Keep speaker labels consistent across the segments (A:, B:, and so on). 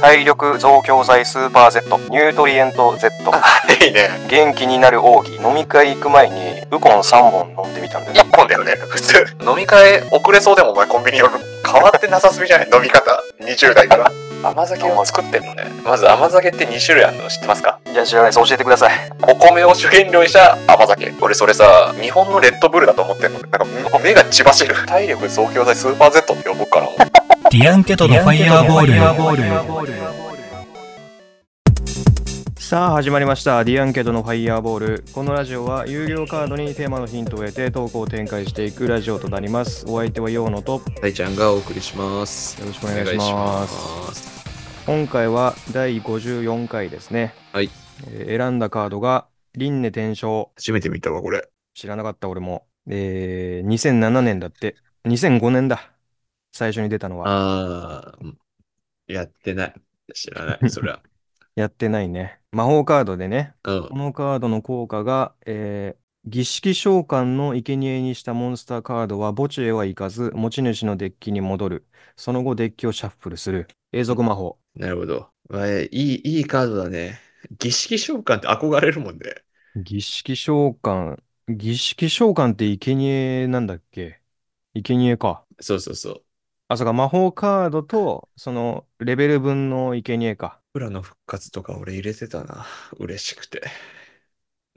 A: 体力増強剤スーパー Z ニュートリエント Z
B: いいね。
A: 元気になる奥義飲み会行く前にウコン3本飲んでみたんだよ
B: 一本だよね。普通。飲み会遅れそうでもお前コンビニ寄る。変わってなさすぎじゃない飲み方。20代から。甘酒を作ってんのね。まず甘酒って2種類あるの知ってますか
A: いや知らないです教えてください
B: お米を主原料にした甘酒。俺それさ、日本のレッドブルだと思ってんの。なんか目が血走る。体力増強剤スーパー Z って呼ぼうかな。
C: ディアンケトのファイヤーボール。
A: さあ始まりました「ディアンケートのファイヤーボール」このラジオは有料カードにテーマのヒントを得て投稿を展開していくラジオとなりますお相手は陽野と
D: たいちゃんがお送りします。
A: よろしくお願いします
D: お願いします
A: 今回は第54回ですね
D: はい、
A: えー選んだカードが「輪廻転生
D: 初めて見たわ、これ。」
A: 知らなかった俺もえー、2007年だって2005年だ最初に出たのは
D: ああ、うんやってない。知らない、そりゃ。
A: やってないね魔法カードでね
D: うん
A: こ。のカードの効果が、えー儀式召喚の生贄にしたモンスターカードは墓地へは行かず、持ち主のデッキに戻る。その後デッキをシャッフルする。永続魔法。
D: なるほど。まあ、いい、いいカードだね。儀式召喚って憧れるもんね。
A: 儀式召喚。儀式召喚って生贄なんだっけ生贄か。
D: そうそうそう。
A: あ、そうか、魔法カードと、その、レベル分の生贄か。
D: フラの復活とか俺入れてたな。嬉しくて。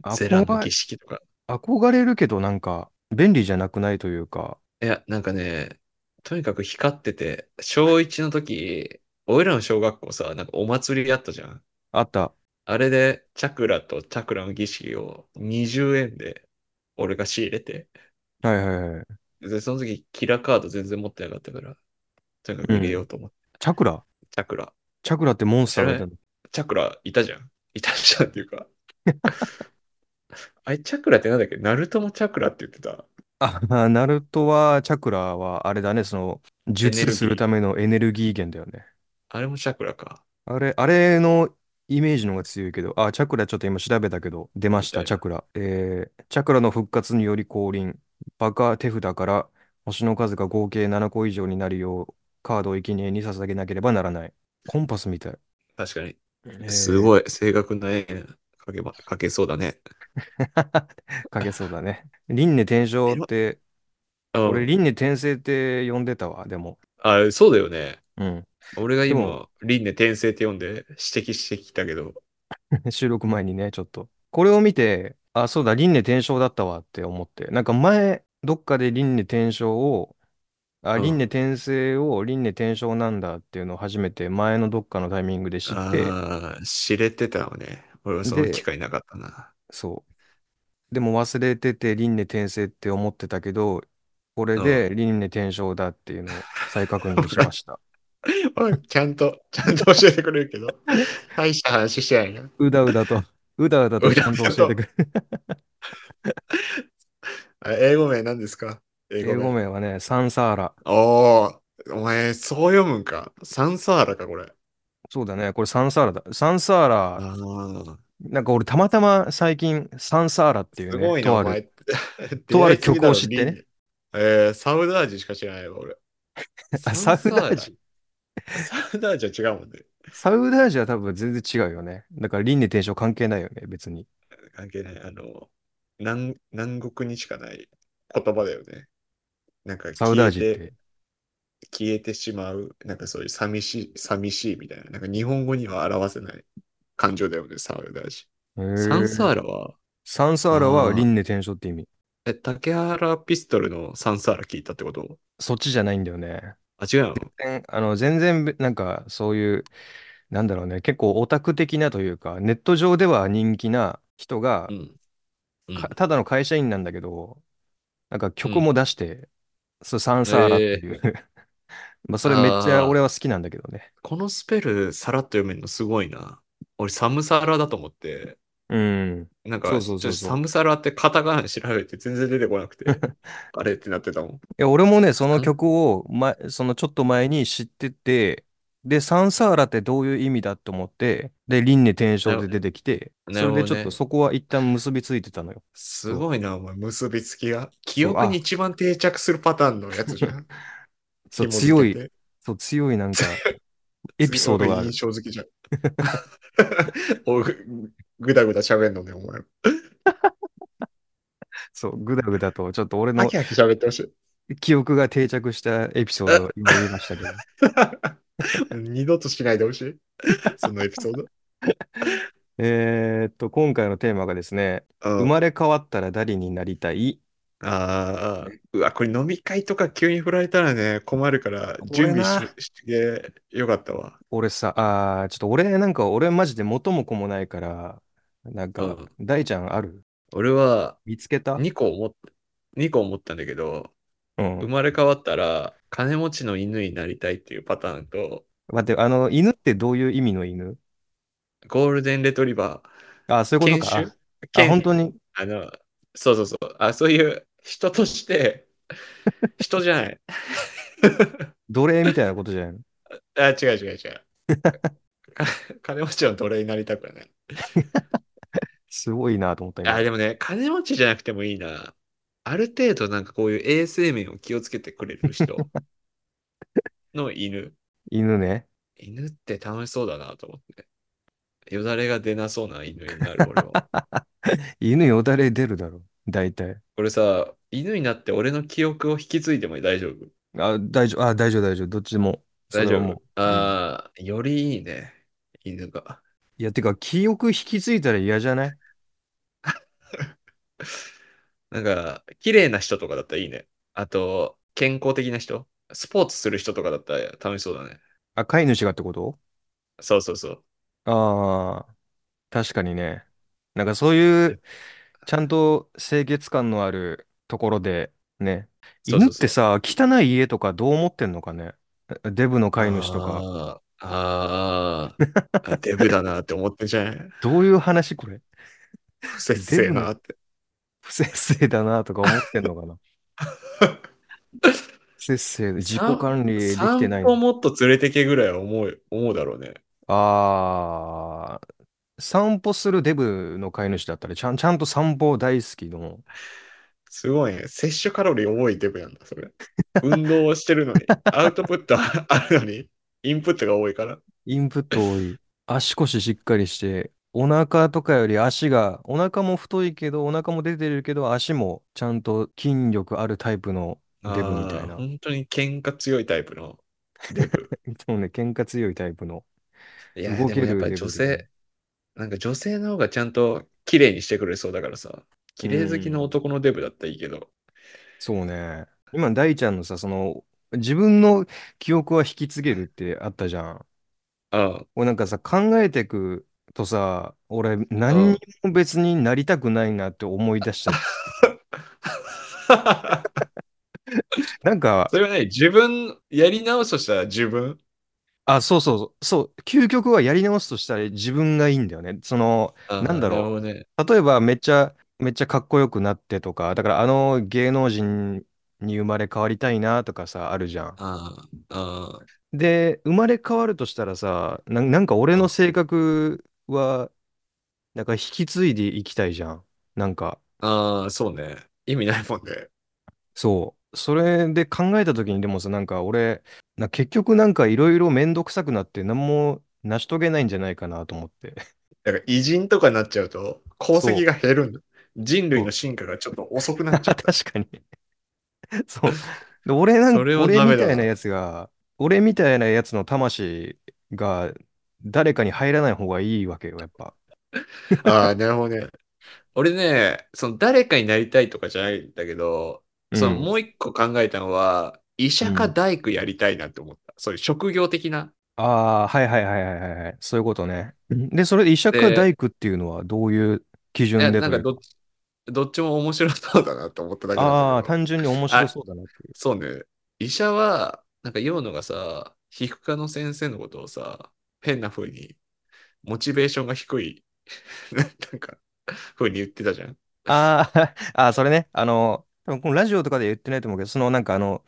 A: 憧
D: ゼラの儀式とか。
A: 憧れるけど、なんか、便利じゃなくないというか。
D: いや、なんかね、とにかく光ってて、小1の時、俺らの小学校さ、なんかお祭りやったじゃん。
A: あった。
D: あれで、チャクラとチャクラの儀式を20円で俺が仕入れて、
A: はいはいはい。
D: で、その時キラカード全然持ってなかったから、とにかく入れようと思って、
A: チャクラ
D: チャクラ、
A: チャクラってモンスターみたいな。
D: チャクラいたじゃん。いたじゃんっていうか。あれ、チャクラってなんだっけナルトもチャクラって言ってた。
A: あ、ナルトは、チャクラは、あれだね、その、術するためのエネルギー源だよね。
D: あれもチャクラか。
A: あれ、あれのイメージの方が強いけど、あ、チャクラちょっと今調べたけど、出ました、
D: み
A: チ
D: たいな
A: ャクラ。えー、チャクラの復活により降臨。バカ手札から星の数が合計7個以上になるよう、カードを生贄に捧げなければならない。コンパスみたい。
D: 確かに。
A: えー
D: すごい、正確な絵描けば、描けそうだね。
A: かけそうだね。輪廻転生って、
D: あ、
A: 俺、輪廻転生って呼んでたわ、でも。
D: あ、そうだよね。
A: うん。
D: 俺が
A: でも
D: 今、輪廻転生って読んで指摘してきたけど、
A: 収録前にね、ちょっと。これを見て、あ、そうだ、輪廻転生だったわって思って。なんか前、どっかで輪廻転生を、あ、
D: うん
A: 輪廻転生を輪廻転生なんだっていうのを初めて前のどっかのタイミングで知って、
D: ああ、知れてたよね。俺はその
A: で
D: 機会なかったな。
A: そう。でも忘れてて輪廻転生って思ってたけど、これで輪廻転生だって いうのを再確認しました。
D: 俺、ちゃんと、 ちゃんと教えてくれるけど、大した話してないな。
A: うだうだ と、うだうだとちゃんと教えてくれる。
D: あ英語名何ですか英
A: 英語名はね、サンサーラ。
D: おー、お前、そう読むんか。サンサーラか、これ。
A: そうだね、これサンサーラだ。サンサーラ
D: あー
A: なんか俺たまたま最近サンサーラっていう
D: す
A: ね、
D: ごいな、
A: とあ
D: お
A: る
D: 前。
A: とある
D: 出会いすぎ
A: 曲を
D: だろ
A: 知ってね
D: リンえー、サウダージしか知らないわ、俺。
A: あ
D: サン
A: サウダージ
D: サウダージは違うもんね。
A: サウダージは多分全然違うよね。だから輪廻転生関係ないよね、別に。
D: 関係ない。あの、南、南国にしかない言葉だよね。なんか
A: サウダ
D: 消
A: ー
D: え、
A: ジって
D: 消えてしまう、なんかそういう寂しい、寂しいみたいな、なんか日本語には表せない感情だよね、サウダージ。
A: て。
D: サン
A: ラ。
D: サーラは、
A: サンサーラは
D: あー
A: 輪廻転生って意味。
D: え、竹原ピストルのサンサーラ聞いたってこと
A: そっちじゃないんだよね。
D: あ、違うの
A: 全あの全然べ、なんかそういう、なんだろうね、結構オタク的なというか、ネット上では人気な人が
D: う、ん。うん
A: かただの会社員なんだけど、なんか曲も出して、そうサンサーラっていう。 まあそれめっちゃ俺は好きなんだけどね。
D: このスペル、さらっと読めるのすごいな。俺、サムサラだと思って、
A: うん。
D: なんか、
A: そうそうそうそう
D: ちょっとサムサラってカタカナで調べて全然出てこ なくて、あれってなってたもん。
A: いや、俺もね、その
D: うん
A: 曲を、ま、そのちょっと前に知ってて、で、サンサーラってどういう意味だと思って、で、輪廻転生で出てきて、
D: な
A: それ
D: るほど
A: で
D: ね
A: ちょっとそこは一旦結びついてたのよ。
D: すごいな、お前、結びつきが。記
A: そう
D: 憶に一番定着するパターンのやつじゃん。
A: そう、
D: 紐
A: 強
D: 付け
A: い、
D: て。
A: そう、強いなんか、エピソードがある。
D: すごい印象好きじゃん。 おぐぐだぐだ喋んのね、お前。
A: そう、ぐだぐだと、ちょっと俺
D: ハ
A: の
D: キハキ喋ってほしい。
A: 記憶が定着したエピソードを今言いましたけど。
D: 二度としないでほしい。そのエピソ ード。
A: えーっと、今回のテーマがですね、
D: うん
A: 生まれ変わったら誰になりたい
D: ああ、うわ、これ飲み会とか急に振られたらね、困るから、
A: これ
D: 準
A: な
D: 備ししてよかったわ。
A: 俺さ、あーちょっと俺なんか俺マジで元も子もないから、なん
D: う
A: か
D: ん、
A: 大ちゃんある
D: 俺は
A: 見つけた
D: 2個思っ2個思ったんだけど、
A: う
D: 生
A: ん。
D: まれ変わったら金持ちの犬になりたいっていうパターンと、
A: 待って、あの、犬ってどういう意味の犬
D: ゴールデンレトリバ
A: あ、そう
D: ー、
A: いう
D: 犬
A: こと
D: 種
A: か。あ、あ本当
D: に
A: に。
D: あの、そうそうそう、あ、そういう人として、人じゃない。
A: 奴隷みたいなことじゃないの
D: あ、違う違う違 う。金持ちの奴隷になりたくはない。
A: すごいなと思った今
D: あ、でもね、金持ちじゃなくてもいいな。ある程度なんかこういう衛生面を気をつけてくれ る人の犬。
A: 犬ね。
D: 犬って楽しそうだなと思って。よだれが出なそうな犬になる 俺は。
A: 犬よだれ出るだろ。大体。
D: これさ、犬になって俺の記憶を引き継いでも大丈夫
A: あ、大丈夫。あ、大丈夫、大丈夫。どっちでも。そ
D: 大
A: れ
D: 丈
A: はもう
D: 夫。ああ、よりいいね。犬が。
A: いや、てか、記憶引き継いだら嫌じゃない
D: なんか、綺麗な人とかだったらいいね。あと、健康的な人。スポーツする人とかだったら楽しそうだね。
A: あ、飼い主がってこと
D: そうそうそう。
A: ああ、確かにね。なんかそう いう、ちゃんと清潔感のあるところで、ね。
D: そうそうそう
A: 犬ってさ、汚い家とかどう思ってんのかね。デブの飼い主とか。
D: か。あーあー、デブだなって思ってんじ ゃん。
A: どういう話これ
D: 不摂生なって。
A: 不摂生だなとか思ってんのか な不摂生で自己管理できてない
D: 散歩もっと連れてけぐらいは思う、思うだろうね。
A: ああ、散歩するデブの飼い主だったら、ちゃん、ちゃんと散歩大好きの。
D: すごいね。摂取カロリー多いデブなんだ、それ。運動をしてるのに、アウトプットはあるのに、インプットが多いから。
A: インプット多い。足腰しっかりして、お腹とかより足が、お腹も太いけど、お腹も出てるけど、足もちゃんと筋力あるタイプのデブみたい
D: あー
A: な。
D: 本当に喧嘩強いタイプの デブ。
A: そうね、喧嘩強いタイプの。
D: いや、で
A: 動
D: も
A: ける
D: やっぱ
A: デブ
D: 女
A: デ
D: 性、なんか女性の方がちゃんと綺麗にしてくれそうだからさ。綺麗好きの男のデブだったらいいけど。
A: そうね。今、大ちゃんのさ、その、自分の記憶は引き継げるってあったじゃん。
D: うん。
A: 俺なんかさ、考えてくとさ、俺何にも別になりたくないなって思い出した。 なんか、
D: それはね、自分、やり直すとしたら自分。
A: あ、そうそうそう、そう、究極はやり直すとしたら自分がいいんだよね。その、
D: あー
A: なんだろう
D: なるほどね。
A: 例えばめっちゃ、めっちゃかっこよくなってとか、だからあの芸能人に生まれ変わりたいなとかさ、あるじゃん。
D: あーあー。
A: で、生まれ変わるとしたらさ、な、なんか俺の性格は、なんか引き継いでいきたいじゃん。なんか、
D: ああ、そうね。意味ないもんね。
A: そう。それで考えた時にでもさ、なんか俺、な結局なんかいろいろめんどくさくなって何も成し遂げないんじゃないかなと思って。
D: だから偉人とかになっちゃうと、功績が減るんだ。人類の進化がちょっと遅くなっちゃった。
A: 確かに。そう。で俺なん
D: それは
A: 俺
D: ダメ
A: み
D: だ
A: た
D: ない
A: なやつが、俺みたいなやつの魂が誰かに入らない方がいいわけよ、やっぱ。
D: ああ、なるほどね。俺ね、その誰かになりたいとかじゃないんだけど、その
A: うん
D: もう一個考えたのは、医者か大工やりたいなって思った。そういう職業的な。
A: ああ、はいはいはいはいはいはい。そういうことね。で、それで医者か
D: で
A: 大工っていうのはどういう基準
D: いや
A: で
D: なん
A: とい
D: か
A: う
D: どっち、どっちも面白そうだなと思っただけなんだけど
A: ああ、単純に面白そうだなっていう。
D: そうね。医者は、なんか、用のがさ、皮膚科の先生のことをさ、変な風に、モチベーションが低い、 なんか、風に言ってたじゃん。
A: あー あー、それね。あの、多分このラジオとかで言ってないと思うけど、そのなんかあの、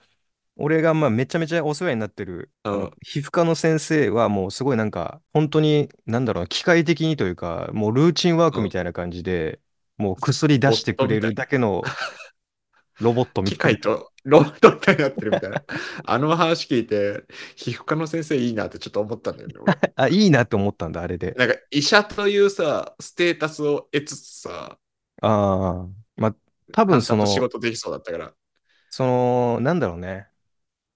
A: 俺がまあめちゃめちゃお世話になってる、あ
D: う
A: の
D: ん、
A: 皮膚科の先生はもうすごいなんか、本当に、なんだろうな、機械的にというか、もうルーチンワークみたいな感じで、もう薬出してくれるだけのロボットみ
D: 機
A: たいな。
D: 械と、ロボットみたいになってるみたいな。あの話聞いて、皮膚科の先生いいなってちょっと思ったんだよね。俺
A: あ、いいなって思ったんだ、あれで。
D: なんか医者というさ、ステータスを得つつさ、
A: ああ。まあ、多分その、
D: 淡々と仕事できそうだったから。
A: その、なんだろうね。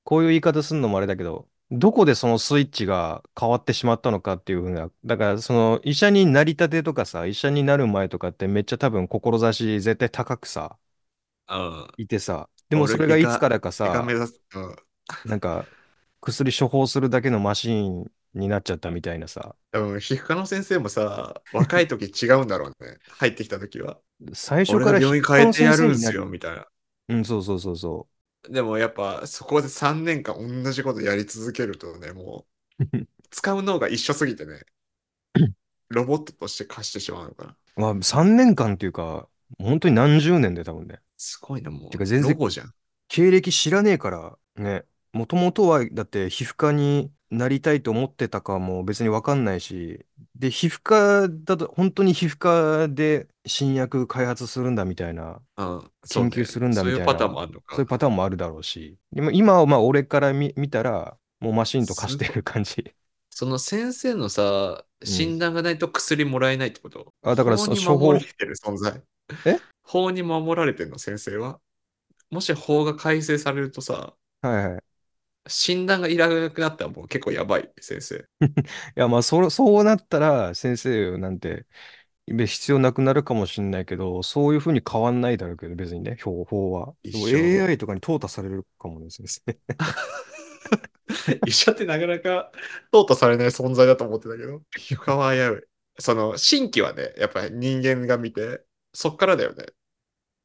A: こういう言い方するのもあれだけど、どこでそのスイッチが変わってしまったのかっていうふうな、だからその医者になりたてとかさ、医者になる前とかってめっちゃ多分志絶対高くさ、
D: うん。
A: いてさ、でも
D: 俺
A: それがいつからか
D: てか
A: さ
D: 目、指す。うん。
A: なんか薬処方するだけのマシーンになっちゃったみたいなさ、
D: 多分皮膚科の先生もさ、若い時違うんだろうね。入ってきた時は。
A: 最初
D: 俺
A: か
D: が
A: ら
D: 病院変えてやるんすよ、みたいな。
A: うん、そうそうそうそ
D: でもやっぱそこで3年間同じことやり続けるとね、もう使う脳が一緒すぎ てね、ロボットとして貸してしまうのかな。
A: う。まあ3年間っていうか、本当に何十年で多分ね。
D: すごいな、もう。
A: てか全然
D: ロボじゃん。
A: 経歴知らねえからね、もともとはだって皮膚科になりたいと思ってたかも別にわかんないし、で、皮膚科だと本当に皮膚科で新薬開発するんだみたいな、
D: うん、
A: 研究するんだみたいな
D: そういうパターンもあるのか。
A: そういうパターンもあるだろうし、でも今はまあ俺から見、見たら、もうマシンと化してる感じ。
D: その先生のさ、
A: ん
D: 診断がないと薬もらえないってこと、
A: あ、だから
D: 法
A: そ
D: に
A: 処方
D: 守ら、れてる存在。
A: え
D: 法に守られてるの、先生は。もし法が改正されるとさ、
A: はいはい。い
D: 診断がいらなくなったらもう結構やばい、先生。
A: やまあそ、そうなったら先生なんて必要なくなるかもしれないけど、そういうふうに変わんないだろうけど、別にね、標法は。でも
D: 一緒
A: AI とかに淘汰されるかもですね。
D: 医者ってなかなか淘汰されない存在だと思ってたけど、皮膚科は危うい。その、新規はね、やっぱり人間が見て、そっからだよね。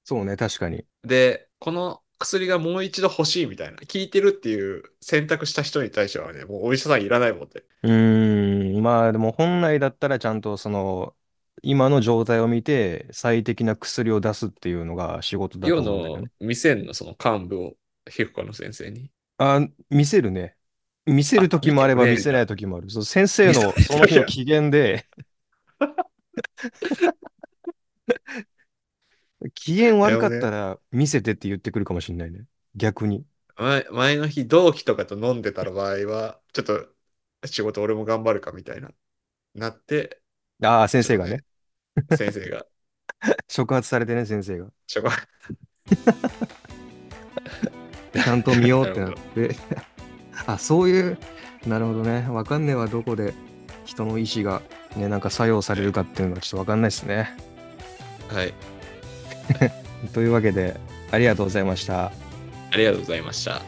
A: そうね、確かに。
D: で、この薬がもう一度欲しいみたいな、効いてるっていう選択した人に対してはね、もうお医者さんいらないもんって。
A: うーん、まあでも本来だったらちゃんとその、今の状態を見て最適な薬を出すっていうのが仕事だと
D: 世
A: 思うんだけど
D: の
A: ね。
D: 店のその幹部を皮膚科の先生に。
A: あ、見せるね。見せる時もあれば
D: あ見て
A: 見
D: くれる
A: せない時もある。そう、先生の
D: 見せ
A: その日
D: ない
A: の機嫌 で機嫌悪かったら見せてって言ってくるかもしれないね。逆に。
D: 前前の日同期とかと飲んでた場合は、ちょっと仕事俺も頑張るかみたいな、なって、
A: ああ、先生がね。
D: 先生が、
A: 触発されてね、先生が。
D: ちょこ
A: ちゃんと見ようってなっ
D: な
A: て。 あ、そういう、なるほどね。わかんねえはどこで人の意思がね、なんか作用されるかっていうのはちょっとわかんないですね。
D: はい、
A: というわけで、ありがとうございました。
D: ありがとうございました。